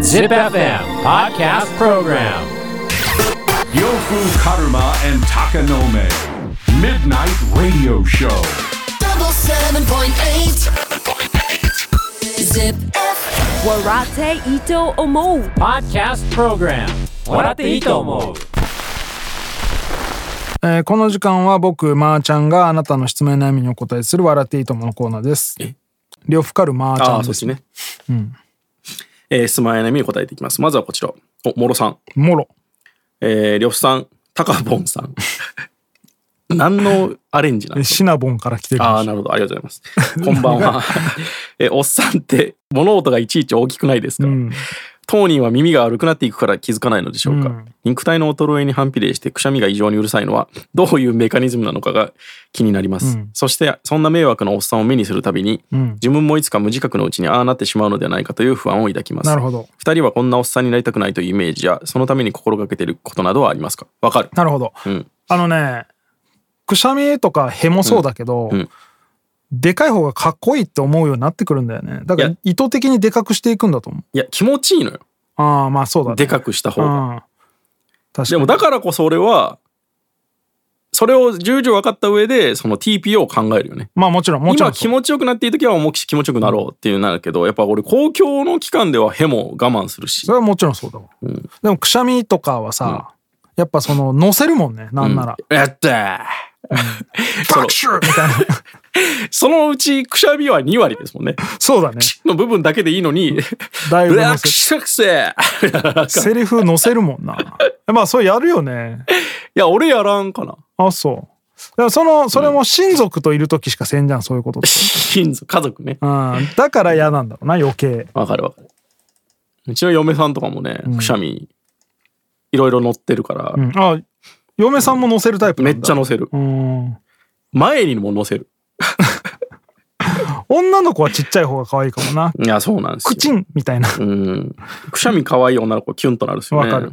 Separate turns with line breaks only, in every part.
Zip FM Podcast Program
Yofu Karuma and Takanome. Midnight Radio Show.
double seven point eight. Zip.
Warate Ito Omo.
Podcast Program 笑っていいと思う
えーこの時間は僕、まー、ちゃんがあなたの質問や悩みにお答えする笑っていいとものコーナーです。両ふかるまーち
あ
ゃ
あ、
ん
そ
で
っち
す。
ね。えー質問や悩みに答えていきます。まずはこちら。お、もろさん。
もろ。
えー、呂布さん、たかぼんさ ん。何のアレンジなん
え
ですか
シナボンから来てる。
ああ、なるほど。ありがとうございます。こんばん は。えー、おっさんって物音がいちいち大きくないですか、
うん。
当人は耳が悪くなっていくから気づかないのでしょうか、肉体の衰えに反比例してくしゃみが異常にうるさいのはどういうメカニズムなのかが気になります、そしてそんな迷惑なおっさんを目にするたびに、自分もいつか無自覚のうちにああなってしまうのではないかという不安を抱きます
なるほど
2人はこんなおっさんになりたくないというイメージやそのために心がけていることなどはありますかわかる
なるほど。
うん
あのね、くしゃみとかへもそうだけど、
うんうん
でかい方がかっこいいって思うようになってくるんだよね。だか
い
ら
や
意図的にでかくしていくんだと思
いや気持ちいいのよ
う。ああ、まあそうだね。
でかくした方
う
が、
ん。確
で
か
も
に。
だからこそ俺はそれを重々分かった上でその TPO を考えるよね
まあもちろん、もちろ
今
んそう。
気持ちよくなっていい時はもう気持ちよくなろうっていうなるけどやっぱ俺公共の機関ではヘも我慢するし
それはもちろんそうだわ。でもくしゃみとかはさ、やっぱその、乗せるもんね、なんなら。
やったーその
みたいな。
そのうちくしゃみは2割ですもんね
そうだね。
の部分だけでいいの に
だいぶ
ブラ
乗
ッ
せ
クシャクセー
セリフ載せるもん な。まあ、それやるよね。
いや俺やらんかな
あ、そう。でもその、それも親族といる時しかせんじゃん、そういうことって。
親族家族ね
うん。だから嫌なんだろうな、余計。
わかるわかるうちの嫁さんとかもねくしゃみいろいろ乗ってるから、
うん。あ、嫁さんも載せるタイプ
め
なんだ
っちゃ乗せる
うん。
前にも乗せる
女の子はちっちゃい方が可愛いかもな。
いやそうなんですよ
クチンみたいな。
うんくしゃみ可愛い女の子キュンとなるっすよね
わかる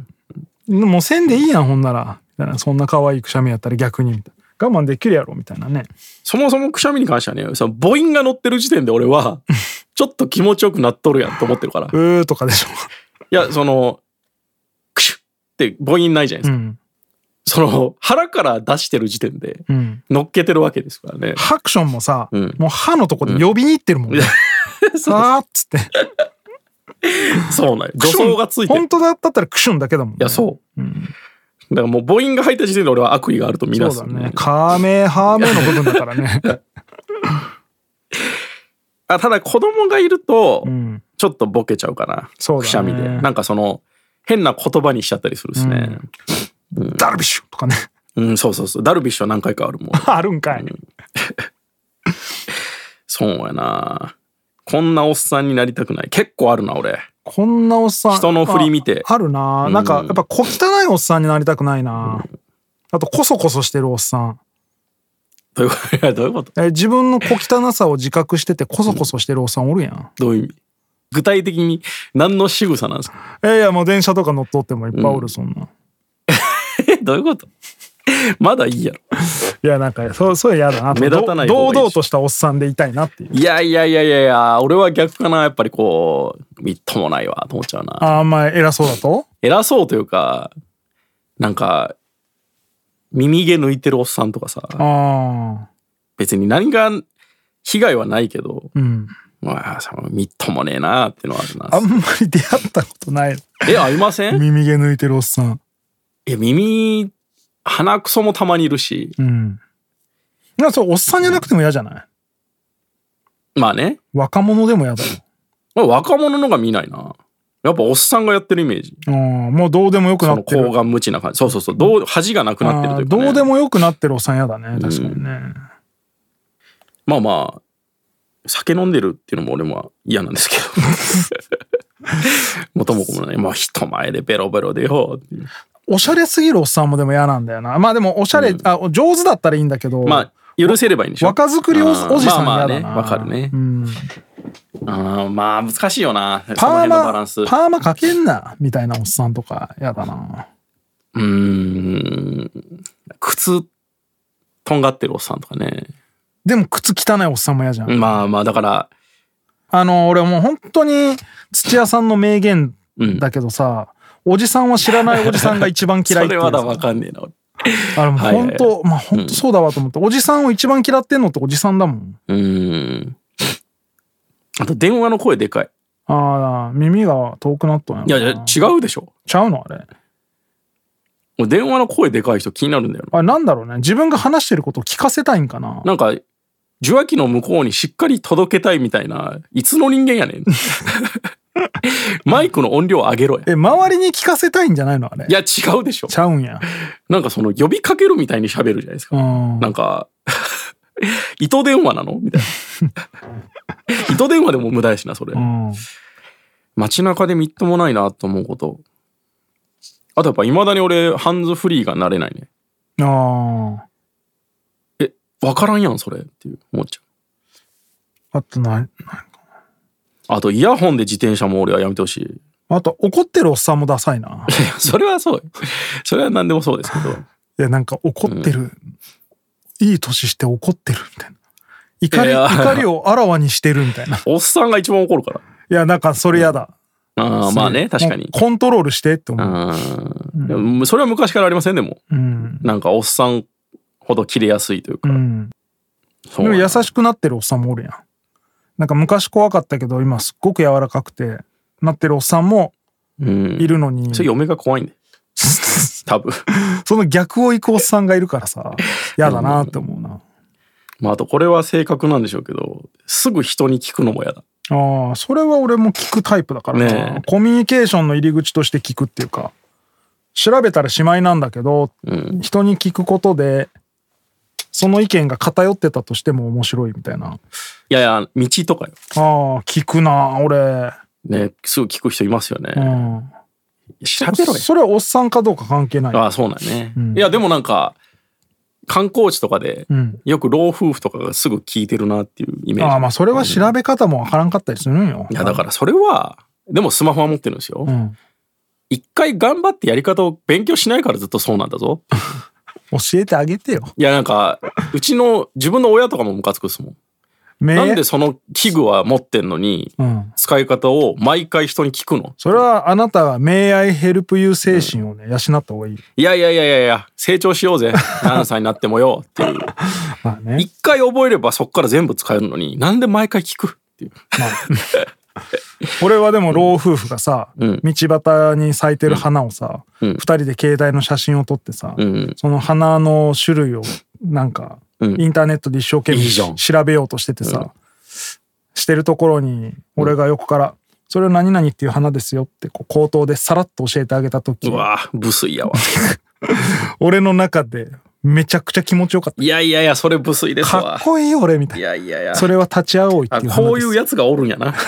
もうせんでいいやん、ほんなら。みたいな。そんな可愛いくしゃみやったら逆に、みたいな。我慢できるやろ、みたいなね。
そもそもくしゃみに関してはね、その母音が乗ってる時点で俺 は、ちょっと気持ちよくなっとるやんと思ってるから。いう
ーとかでしょ。
や、その、クシュって母音ないじゃないうですか。
ん。
その、腹から出してる時点で、
うん。
乗っけてるわけですからね。
ハクションもさ、
うん
もう歯のとこで呼びに行ってるもん ね。さあっつって。
そうなんよ。助走がついてる。
本
い
当だったらクションだけだもん、ね。
や、そう。だからもう母音が入った時点で俺は悪意があると見なす
そ
よ
うだね。カメハメの部分だから ね。
あただ子供がいると
う、ん。
ちょっとボケちゃうかな。
そうだね
くしゃみで。なんかその、変な言葉にしちゃったりするですね。
ダルビッシュとかね。
うん、そうそうそう。ダルビッシュは何回かあるもん。
あるんかい。
そうやなこんなおっさんになりたくない結構あるな俺
こんなおっさん。
人の振り見て
ああるな。なんか、やっぱ小汚いおっさんになりたくないな。あと、こそこそしてるおっさん。
どういうこと どういうこと
え自分の小汚さを自覚してて、こそこそしてるおっさんおるやん。
どういう意味具体的に何の仕草なんですか
えいや、もう電車とか乗っとってもいっぱいおる、そんな。
えどういうことまだいいやろ
いや、なんか、そう、そう嫌だなと。
目立たない方がい
ど堂々
いし
としたおっさんでいたいなっていう。
いやいやいやいやいや俺は逆かなやっぱりこうみっともないわと思っちゃうな
あんま偉そうだと
偉そうというかなんか耳毛抜いてるおっさんとかさ
ああ。
別に何が被害はないけど、
うん。
まあそのみっともねえなってのはあるな
あんまり出会ったことない。
えありません
耳毛抜いてるおっさん。
いや耳鼻くそもたまにいるし
うん。なんかそれおっさんじゃなくても嫌じゃない
まあね
若者でも嫌だよ。
まあ若者のが見ないなやっぱおっさんがやってるイメージ
うん、もうどうでもよくな
そ
っ
の
てる。
睾丸無知な感じそうそうそうどう恥がなくなってるというか、
あ
ね、
ーどうでもよくなってるおっさん嫌だね。確かにね。
まあまあ酒飲んでるっていうのも俺も嫌な んですけど元も子もないまあ人前でベロベロでよっていう
おしゃれすぎるおっさんもでも嫌なんだよな。まあでも、おしゃれ、あ、上手だったらいいんだけど、
まあ許せればいいんでしょ
若作りお
あ
お
ー
じさん
ま
嫌
あまあ
だ
ね
な。
わかるね
うん。
あーまあ難しいよなその
パー
辺のバ
マ
ランス、う
パーマかけんな、みたいなおっさんとか嫌だな。
ーん靴とんがってるおっさんとかね
でも、靴汚いおっさんも嫌じゃん。
まあまあだから
あの、俺もう本当に土屋さんの名言だけどさ、おじさんは知らないおじさんが一番嫌い
そ
ってい
れ
う
まだわかんねえな。
あれもう
はいはい
本当、まあ本当そうだわと思って、おじさんを一番嫌ってんのっておじさんだもん。
うーん。あと電話の声でかい。
ああ、耳が遠くなったん
いやい
ろ
や
な
違うでしょ。
ちゃうのあれ。
もう電話の声でかい人気になるんだよな。
あれなんだろうね。自分が話してることを聞かせたいんかな。
なんか受話器の向こうにしっかり届けたいみたいないつの人間やねん。マイクの音量上げろや。
え、周りに聞かせたいんじゃないのあれ。
いや違うでしょ
ち。ゃうんや。
なんかその呼びかけるみたいに喋るじゃないです
う
か。
ん。
なんか糸電話なのみたいな。糸電話でも無駄やしなそれ。
うん。
街中でみっともないなと思うことあとやっぱいまだに俺ハンズフリーがなれないね
ああ。
え分からんやんそれっていう思っちゃう
あとな、
あとイヤホンで自転車も俺はやめてほしいい
あと怒ってるおっさんもダサい な。
やそれはそうよそれは何でもそうですけど
いや、なんか怒ってる。いい年して怒ってるみたいな。怒り、
いや
怒りをあらわにしてるみたいな。い
おっさんが一番怒るから
や、なんかそれやだ。
あーまあね確か
も
に
うコントロールしてって
う
思う。
んでもそれは昔からありませんでも
うん。
なんかおっさんほど切れやすいという
う
か、
ん。
そ
で
う
も
なんだ
優しくなってるおっさんもおるやん。なんか昔怖かったけど、今すっごく柔らかくて、なってるおっさんも
うん
いるのに、
それ嫁が怖いんで多分
その逆を行くおっさんがいるからさ、やだなって思うな。
まああとこれは性格なんでしょうけどすぐ人に聞くのも嫌だ
ああ、それは俺も聞くタイプだからな、
ねえ
コミュニケーションの入り口として聞くっていうか、調べたらしまいなんだけど、
うん
人に聞くことで、その意見が偏ってたとしても面白いみたいな。
いやいや、道とかよ。
ああ、聞くな、俺。
ね、すぐ聞く人いますよ
う
ね。
ん。
調べろよ。
それはおっさんかどうか関係ない。
ああ、そうなんね。
ん
いや、でもなんか、観光地とかで、
うん
よく老夫婦とかがすぐ聞いてるなっていうイメージ。
ああ、まあそれは調べ方もわからんかったりするんよ。
いや、だからそれは、でもスマホは持ってるんですよ
う。ん。
一回頑張ってやり方を勉強しないからずっとそうなんだぞ。
教えてあげてよ。
いや、なんか、うちの、自分の親とかもムカつくっすもん。
め
なんでその器具は持ってんのに、
うん。
使い方を毎回人に聞くの
それはあなたが「May I help you」精神をね養った方がいい。
いやいやいやいやいや、成長しよう ぜ。何歳になってもよ、っていう。
まあね。
一回覚えればそこから全部使えるのになんで毎回聞くっていう
まあ俺はでも老夫婦がさ、
うん
道端に咲いてる花をさ、
う
二
ん
人で携帯の写真を撮ってさ、
うん
その花の種類をなんか、
うん
インターネットで一生懸命
いいじゃん
調べようとしててさ、してるところに俺が横から「それを何々っていう花ですよ」ってこう口頭でさらっと教えてあげた時
うわぁ無粋やわ
俺の中でめちゃくちゃ気持ちよかった。
いやいやいやそれ無粋です
か
わ
っこいい俺みたい
い
な。
やいやいや
それは立ち会おうって
あ
いう話です
こういうやつがおるんやな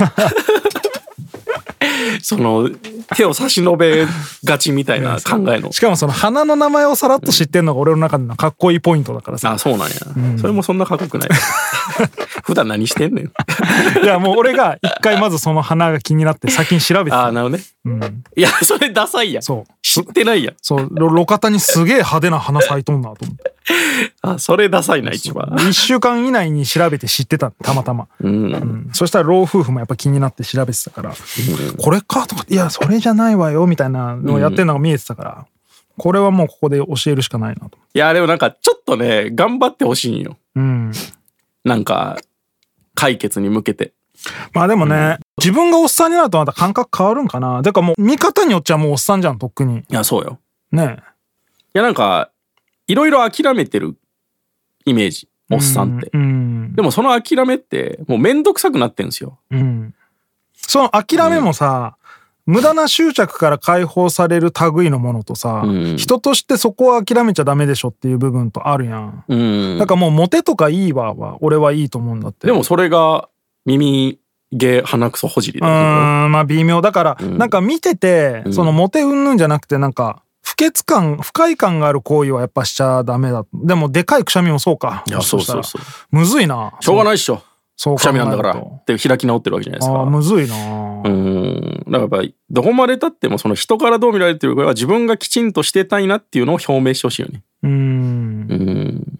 その手を差し伸べがちみたいな考えの
しかもその花の名前をさらっと知ってんのが俺の中でのかっこいいポイントだからさ。
あそうなんや、それもそんなかっこよくない 普段何してんねん
いやもう俺が一回まずその花が気になって先に調べて
あ
た
あ。なるほどね
うん、
いやそれダサいやん
そう。
知ってないやん
そう、ろ路肩にすげえ派手な花咲いとんなと思って。
あそれダサいな一番
1週間以内に調べて知ってた、たまたま。
うん
うんそしたら老夫婦もやっぱ気になって調べてたから、これかとか、いや、それじゃないわよ、みたいなのをやってるのが見えてたから、これはもうここで教えるしかないなと。
いやでもなんかちょっとね頑張ってほしいんよ
うん。
なんか解決に向けて
まあでもね、自分がおっさんになるとまた感覚変わるんかな。だからもう見方によっちゃもうおっさんじゃん、とっくに。
いやそうよ
ねえ。
いやなんかいろいろ諦めてるイメージおっさんって、
うん。
でもその諦めってもうめんどくさくなってんですよ
うん。その諦めもさ、無駄な執着から解放される類のものとさ、
うん
人としてそこは諦めちゃダメでしょっていう部分とあるやん。
うん
だからもうモテとかいいわは俺はいいと思うんだって。
でもそれが耳毛鼻くそほじり
う
だよ
ーんまあ微妙だから、なんか見てて、
ん
そのモテ云々じゃなくてなんか不潔感不快感がある行為はやっぱしちゃダメだでもでかいくしゃみもそうか
いやそうそう
し
そ
た
う
らむずいな
しょうがないっしょ
そう
くしゃみなんだから
考えると
って開き直ってるわけじゃないです
あー
か
むずいな、
うんだからやっぱりどこまでたってもその人からどう見られてるかは自分がきちんとしてたいなっていうのを表明してほしいよね
うーん
うん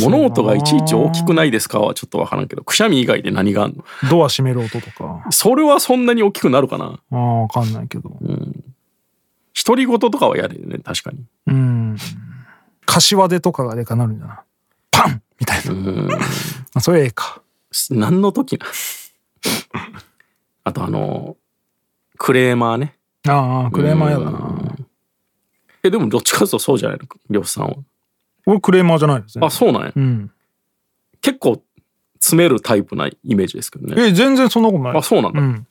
物音がいちいち大きくないですかはちょっとわからんけど、くしゃみ以外で何があんの
ドア閉める音とか
それはそんなに大きくなるかな
あーわかんないけど
独り言とかはやるよね、確かに。
うん柏手とかがでかなるんじゃないパンみたいなあそれええか
す何の時な あとあの、クレーマーね。
ああクレーマーやだな
え、でもどっちかというとそうじゃないの漁師さんは。
俺クレーマーじゃないですね
あ、そうなんや。
うん
結構詰めるタイプなイメージですけどね。
え全然そんなことない
あ、そうなんだ。
ん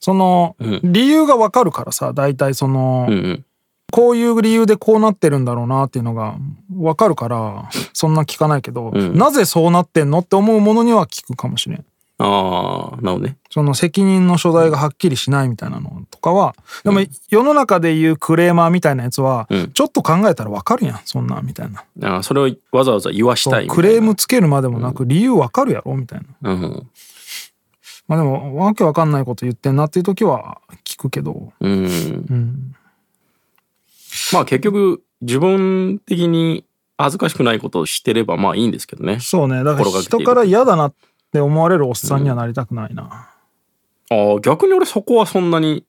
その、
ん
理由がわかるからさ大体その、
うんうん。
こういう理由でこうなってるんだろうなっていうのがわかるからそんな聞かないけど、
ん
なぜそうなってんのって思うものには聞くかもしれん
ああ、なるほどね。
その責任の所在がはっきりしないみたいなのとかはでも世の中でいうクレーマーみたいなやつは、
うん
ちょっと考えたらわかるやんそんなんみたいな
あーそれをわざわざ言わしたいみたいな
クレームつけるまでもなく理由わかるやろみたいな
うん
まあでもわけわかんないこと言ってんなっていう時は聞くけど
うん、
うん
まあ結局自分的に恥ずかしくないことをしてればまあいいんですけどね
そうねだか
心
ら
がけて
人
いる
から嫌だなって思われるおっさんにはなりたくないな、
あー逆に俺そこはそんなに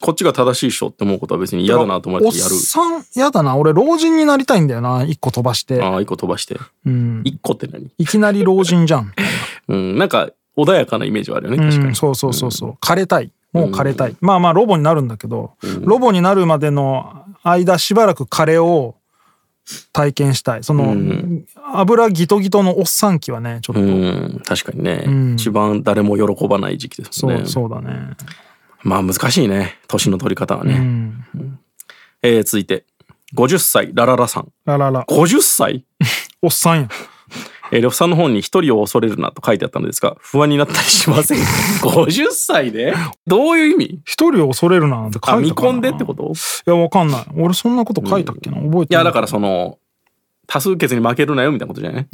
こっちが正しいっしょって思うことは別に嫌だなと思ってや
おっ
る
さん嫌だな俺老人になりたいんだよな一個飛ばして、
ああ一個飛ばして
うん、
一個って何
いきなり老人じゃん
うんなんか穏やかなイメージはあるよね
う
確かに、
んそうそうそうそう枯れたいもう枯れたい、まあまあロボになるんだけど、ロボになるまでの間しばらく枯れを体験したいその、油ギトギトのおっさん期はねちょっと、
うん確かにね、
ん
一番誰も喜ばない時期です
そ
も
うん
ね
そうだね
まあ難しいね年の取り方はね、
うん
えー続いて50歳ラララさん
あらら
50歳
おっさんや
えー、呂布さんの本に一人を恐れるなと書いてあったのですが、不安になったりしません。50歳 でどういう意味
一人を恐れるななんて書いた
あ、
かな
見込んでってこと
いや、わかんない。俺そんなこと書いたっけな、覚え
い
てない。
や、だからその、多数決に負けるなよみたいなことじゃない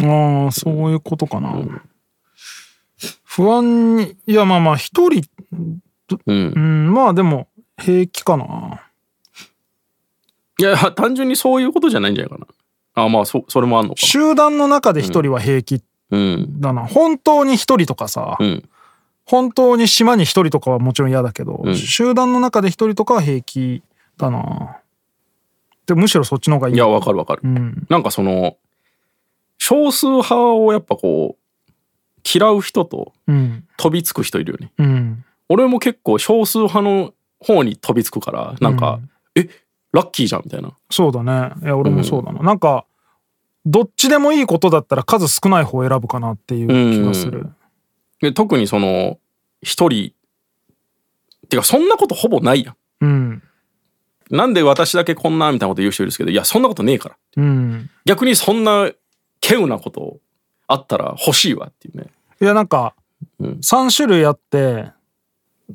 ああ、そういうことかな。不安に、いや、まあまあ、一人、
うん
う。ん、まあでも、平気かな。
いや、単純にそういうことじゃないんじゃないかな。あ、まあ、そ、それもあんのか。
集団の中で一人は平気
うん。
だな。本当に一人とかさ、
うん。
本当に島に一人とかはもちろん嫌だけど、
ん
集団の中で一人とかは平気だな。でむしろそっちの方がいい。
いや、わかるわかる
う。ん。
なんかその、少数派をやっぱこう、嫌う人と
うん。
飛びつく人いるよね。
うん。
俺も結構少数派の方に飛びつくからなんか、えラッキーじゃんみたいな
そうだね。いや、俺もそうだな。なんか、どっちでもいいことだったら数少ない方を選ぶかなっていう気がする。
で特にその一人てかそんなことほぼないや
うん。
んなんで私だけこんなみたいなこと言う人いるんですけどいやそんなことねえから
うん。
逆にそんな稀有なことあったら欲しいわっていうね
いや、なんか、
ん
3種類あって、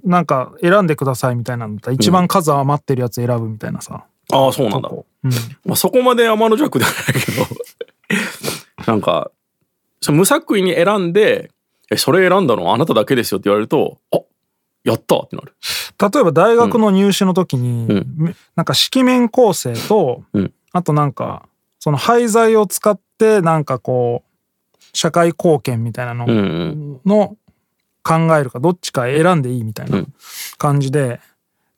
なんか選んでくださいみたいなのだったら一番数余ってるやつ選ぶみたいなさ。
ああそうなんだ
こううん。
まあ、そこまで天の弱ではないけど なんかその無作為に選んで「えそれ選んだのあなただけですよ」って言われると「あやった!」ってなる。
例えば大学の入試の時に、
うん
めなんか式面構成と、
うん
あとなんかその廃材を使ってなんかこう社会貢献みたいなのを
うんうん
の考えるかどっちか選んでいいみたいうなん感じで、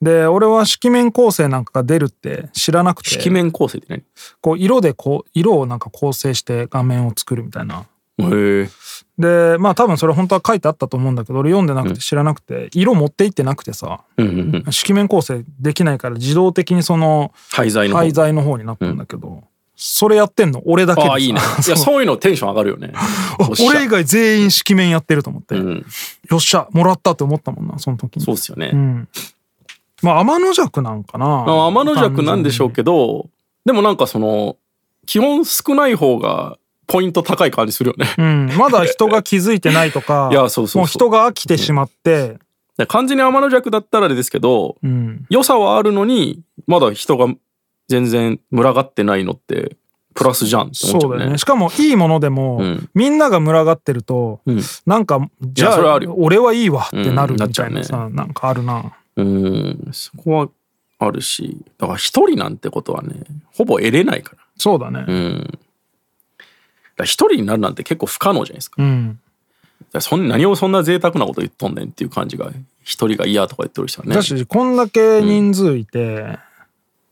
で俺は色面構成なんかが出るって知らなくて
色面構成って何
こう色でこう色をなんか構成して画面を作るみたいな。
へえ。
でまあ多分それ本当は書いてあったと思うんだけど俺読んでなくて知らなくて、色持っていってなくてさ
うんうんうん。
色面構成できないから自動的にその
廃材の方。
廃材の方になったんだけど、それやってんの俺だけで
あ
さ
あ、いいね。い
そう
や、そういうのテンション上がるよ ね。おっしゃ
俺以外全員色面やってると思って、
うん。
よっしゃもらったって思ったもんなその時に
そうっすよね。
うん。まあ、天の弱なんかな。
まあ天の弱なんでしょう
ど。
けど、でもなんかその、基本少ない方がポイント高い感じするよね。
うん、まだ人が気づいてないとか
、いやそうそうそう
もう人が飽きてしまって、
で完全に天の弱だったらあれですけど、
うん、
良さはあるのに、まだ人が全然群がってないのって、プラスじゃんって思
そ
っちゃう
うだ
ね。
よね。しかも、いいものでも、
うん
みんなが群がってると、
うん
なんか、じゃ
それは
あ
あるよ
俺はいいわってなる
うんなっ
み
ちゃ
た
う
い
ね
なさ、なんかあるな。
うん、そこはあるし、だから一人なんてことはね、ほぼ得れないから。
そうだね。
うん。ら一人になるなんて結構不可能じゃないですか。
うん。
だからそん何をそんな贅沢なこと言っとんねんっていう感じが、一人が嫌とか言ってる人はね。
だし、こんだけ人数いて、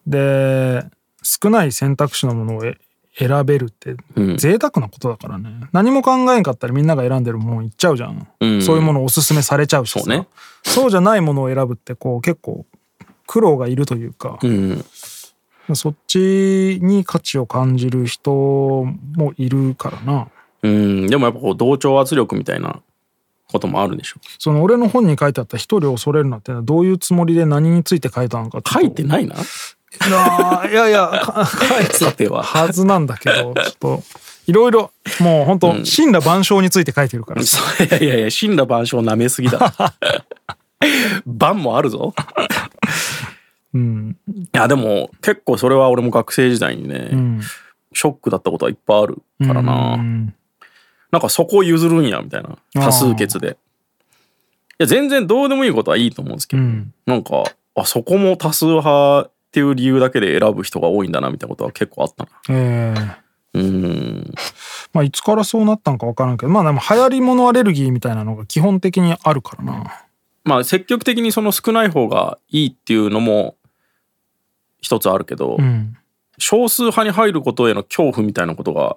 で、少ない選択肢のものをえ選べるって、
うん
贅沢なことだからね。何も考えんかったらみんなが選んでるもんいっちゃうじゃん。
うん
そういうものをおすすめされちゃうしさ
そうね
そうじゃないものを選ぶって、こう結構苦労がいるというか、
うん。
そっちに価値を感じる人もいるからな。
うん。でもやっぱこう、同調圧力みたいなこともあるんでしょ。
その俺の本に書いてあった一人を恐れるなってのはどういうつもりで何について書いたのか
書いて
い
ないな。
やいやい やか書いて
さ ては。
たはずなんだけどちょっといろいろもう本当神羅万象について書いてるから
そういやいやいや、神羅万象舐めすぎだ。万もあるぞ。
うん
いや、でも結構それは俺も学生時代にね、
うん
ショックだったことはいっぱいあるからな。
うん
なんかそこを譲るんや、みたいな。多数決で。いや、全然どうでもいいことはいいと思うんですけど、
うん
なんか、あ、そこも多数派っていう理由だけで選ぶ人が多いんだな、みたいなことは結構あったな。
えー
うん。
まあいつからそうなったんか分からんけどまあでも流行り物アレルギーみたいなのが基本的にあるからな
まあ、積極的にその少ない方がいいっていうのも一つあるけど、
うん
少数派に入ることへの恐怖みたいなことが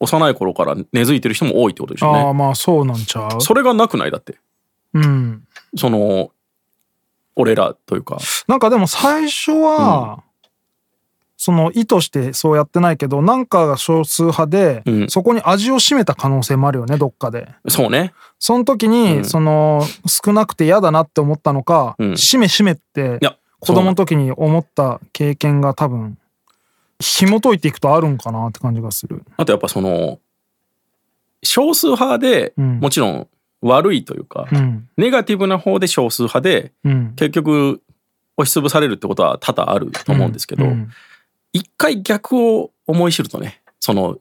幼い頃から根付いてる人も多いってことでしょう
ああ
ね。
まあそうなんちゃう
それがなくないだって
うん
その俺らというか
なんかでも最初は、その意図してそうやってないけどなんかが少数派で、
うん
そこに味を占めた可能性もあるよねどっかで
そうね
その時に、その少なくて嫌だなって思ったのか、
うん
しめしめって
いや
子供の時に思った経験が多分紐解いていくとあるんかなって感じがする
あとやっぱその少数派で
うん
もちろん悪いというか、
うん
ネガティブな方で少数派で
うん
結局押しつぶされるってことは多々あると思うんですけど、
うん
一回逆を思い知るとねその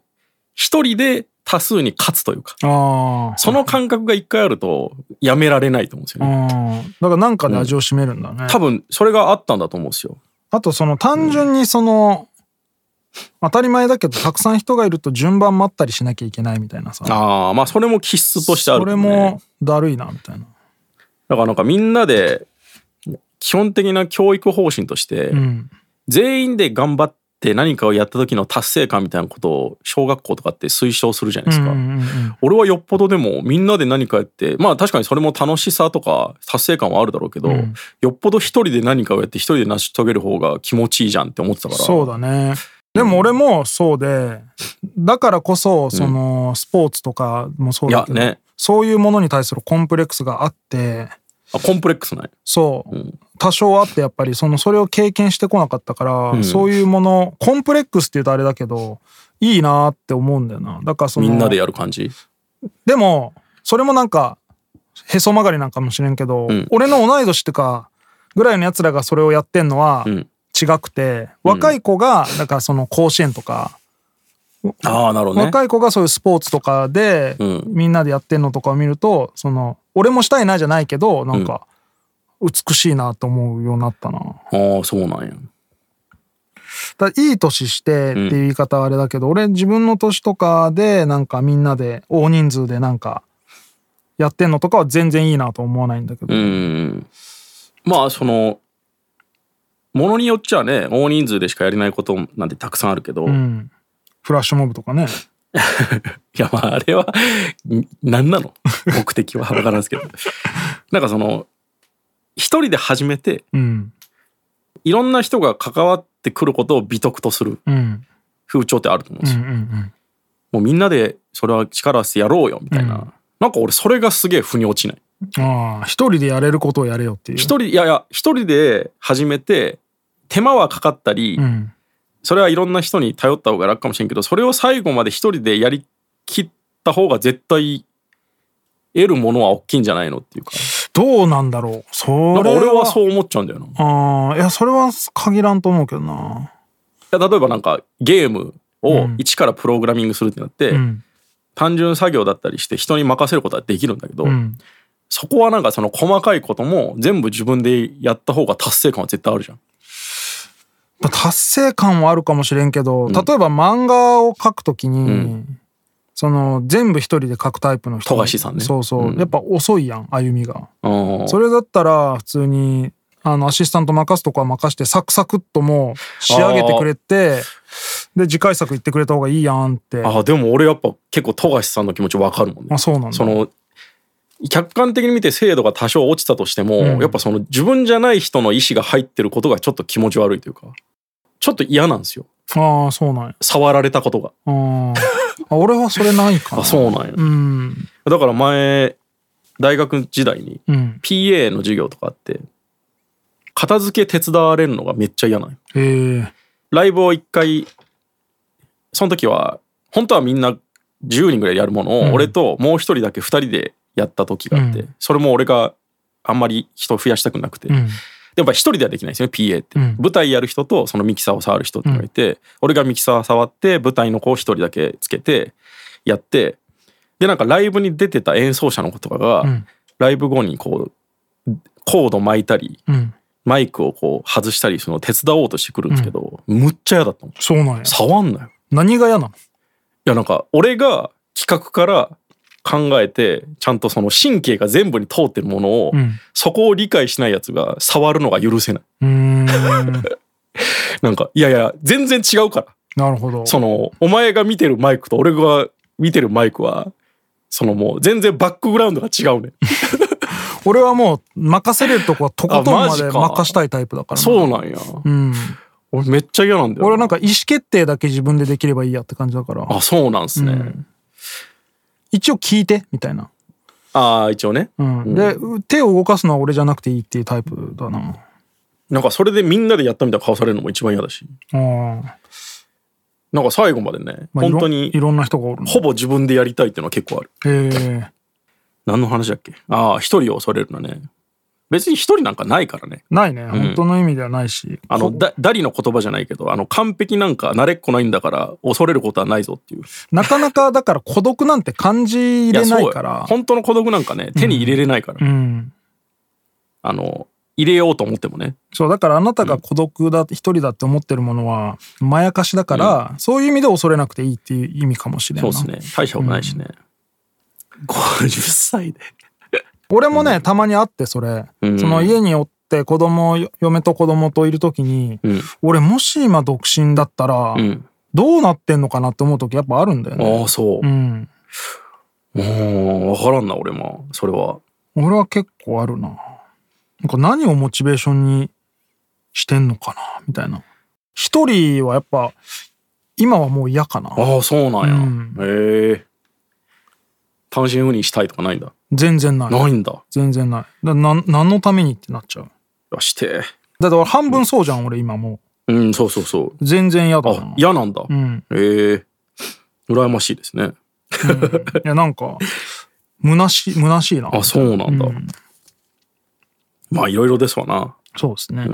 一人で多数に勝つというか
あ
その感覚が一回あるとやめられないと思うんですよね。
あうんだからなんかで味を占めるんだね、
多分それがあったんだと思うんですよ。
あとその単純にその、当たり前だけどたくさん人がいると順番待ったりしなきゃいけないみたいなさ。
ああまあそれも気質としてある、
そ
ね。
れもだるいなみたいな。
だからなんかみんなで基本的な教育方針として、
うん。
全員で頑張って何かをやった時の達成感みたいなことを小学校とかって推奨するじゃないで
う
す
ん
か。
うんうん
俺はよっぽどでもみんなで何かやってまあ確かにそれも楽しさとか達成感はあるだろうけど、
うん
よっぽど一人で何かをやって一人で成し遂げる方が気持ちいいじゃんって思ってたから
そうだね。でも俺もそうで、だからこそ、その、スポーツとかもそうだけど、
いやね
そういうものに対するコンプレックスがあって、
あコンプレックスない。
そう、
ん
多少あってやっぱりそのそれを経験してこなかったから、そういうものコンプレックスって言うとあれだけどいいなって思うんだよなだからその
みんなでやる感じ。
でもそれもなんかへそ曲がりなんかもしれんけど、
ん
俺の同い年ってかぐらいのやつらがそれをやってんのは
ん
違くて、若い子がだからその甲子園とか、
ああなるほどね。
若い子がそういうスポーツとかで、
うん
みんなでやってんのとかを見るとその俺もしたいなじゃないけどなんか美しいなと思うようになったな。
ああそうなんや。
だからいい年してっていう言い方はあれだけど、俺自分の年とかでなんかみんなで大人数でなんかやってんのとかは全然いいなと思わないんだけど、
うんまあそのものによっちゃね大人数でしかやれないことなんてたくさんあるけど、い
フラッシュモブとかね
やまああれは何なの目的は分からんですけどなんかその一人で始めて
うん
いろんな人が関わってくることを美徳とする
うん
風潮ってあると思うんで
うんう
すよ、
ん
もうみんなでそれは力を合わせてやろうよみたいな、
うん
なんか俺それがすげえ腑に落ちない
うんああ一人でやれることをやれよっていう
一人いやいや一人で始めて手間はかかったり、
うん
それはいろんな人に頼った方が楽かもしれんけどそれを最後まで一人でやりきった方が絶対得るものは大きいんじゃないのっていうか
どうなんだろうそれ
なんか俺は
う
そう思っちゃうんだよない
ああいやそれは限らんと思うけどな
や例えばなんかゲームを一からプログラミングするってなって、
うん
単純作業だったりして人に任せることはできるんだけど、
うん
そこはなんかその細かいことも全部自分でやった方が達成感は絶対あるじゃん。
達成感はあるかもしれんけど、例えば漫画を描くときに、その全部一人で書くタイプの人
富樫さんね
そうそう、やっぱ遅いやん歩みが
あー
それだったら普通にあのアシスタント任すとこは任してサクサクっともう仕上げてくれてで次回作行ってくれた方がいいやんって
あーでも俺やっぱ結構富樫さんの気持ちわかるもんね
あそうなんだ
その客観的に見て精度が多少落ちたとしても、
うん
やっぱその自分じゃない人の意思が入ってることがちょっと気持ち悪いというかちょっと嫌なんですよ
ああそうなんや
触られたことが
あーあ俺はそれないかな
あそうなんや、
うん
だから前大学時代に
うん
PA の授業とかあって片付け手伝われるのがめっちゃ嫌なんよ
えー、
ライブを一回その時は本当はみんな10人ぐらいでやるもの
う
を、
ん
俺ともう一人だけ2人でやった時があって、
うん
それも俺があんまり人増やしたくなくて、
う
で
ん
もやっぱ一人ではできないですよね PA って、
うん
舞台やる人とそのミキサーを触る人っていうのがいて、俺がミキサー触って舞台の子を一人だけつけてやってでなんかライブに出てた演奏者の子とかが、
うん
ライブ後にこうコード巻いたり
うん
マイクをこう外したりするのを手伝おうとしてくるんですけど、むっちゃ嫌だったもん
そうなんや
触んなよ
何が嫌なの
いやなんか俺が企画から考えてちゃんとその神経が全部に通ってるものを、
うん
そこを理解しないやつが触るのが許せないう
ーん
なんかいやいや全然違うから
なるほど
そのお前が見てるマイクと俺が見てるマイクはそのもう全然バックグラウンドが違うねん
俺はもう任せれるとこはとことん
あ
ま
マジ
で
か
任したいタイプだからな
そうなんや
うん
俺めっちゃ嫌なんだよ
俺はなんか意思決定だけ自分でできればいいやって感じだから
あそうなんすね、
一応聞いてみたいな、
ああ一応ね、
うんで手を動かすのは俺じゃなくていいっていうタイプだな
なんかそれでみんなでやったみたいな顔されるのも一番嫌だし
うん、
なんか最後までね、
まあ、いろん
本当に
いろんな人がおるのへ
ほぼ自分でやりたいっていうのは結構ある
え
何の話だっけああ一人を恐れるのね別に一人なんかないからね
ないね本当の意味ではないし、
あのだダリの言葉じゃないけどあの完璧なんか慣れっこないんだから恐れることはないぞっていう
なかなかだから孤独なんて感じ
い
れ
や
な
そう
い
よ
から
本当の孤独なんかね手に入れれないから、
うん
あの入れようと思ってもね
そうだからあなたが孤独だ一人だって思ってるものはまやかしだから、そういう意味で恐れなくていいっていう意味かもしれん
そう
な
ですね大したことないしね、50歳で
俺もねたまにあってそれ、
ん
その家におって子供よ嫁と子供といる時に、
ん
俺もし今独身だったら、
ん
どうなってんのかなって思う時やっぱあるんだよね。
ああそうう、
ん、
うん、分からんな俺もそれは
俺は結構あるな。なんか何をモチベーションにしてんのかなみたいな。一人はやっぱ今はもう嫌かな。
ああそうなんや、
うん
へえ単身赴任したいとかないんだ
全然ない。
ないんだい
全然ない。だなん何のためにってなっちゃう。
やして
だって俺半分そうじゃん、俺今も
うんそうそうそう
う。全然嫌だ
あ
な。
嫌なんだ、
うん。
へえ羨ましいですね
いやなんか虚しい虚しいな。
あそうなんだ、
うん
まあいろいろですわな
そうですね。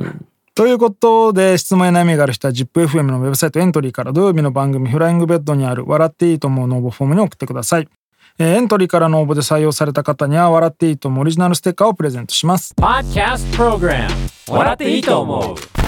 ということで質問や悩みがある人は ZIPFM のウェブサイトエントリーから土曜日の番組「フライングベッド」にある「笑っていいと思う」の応募フォームに送ってください、えーエントリーからの応募で採用された方には「笑っていいと思う」オリジナルステッカーをプレゼントします
Podcast Program 笑っていいと思う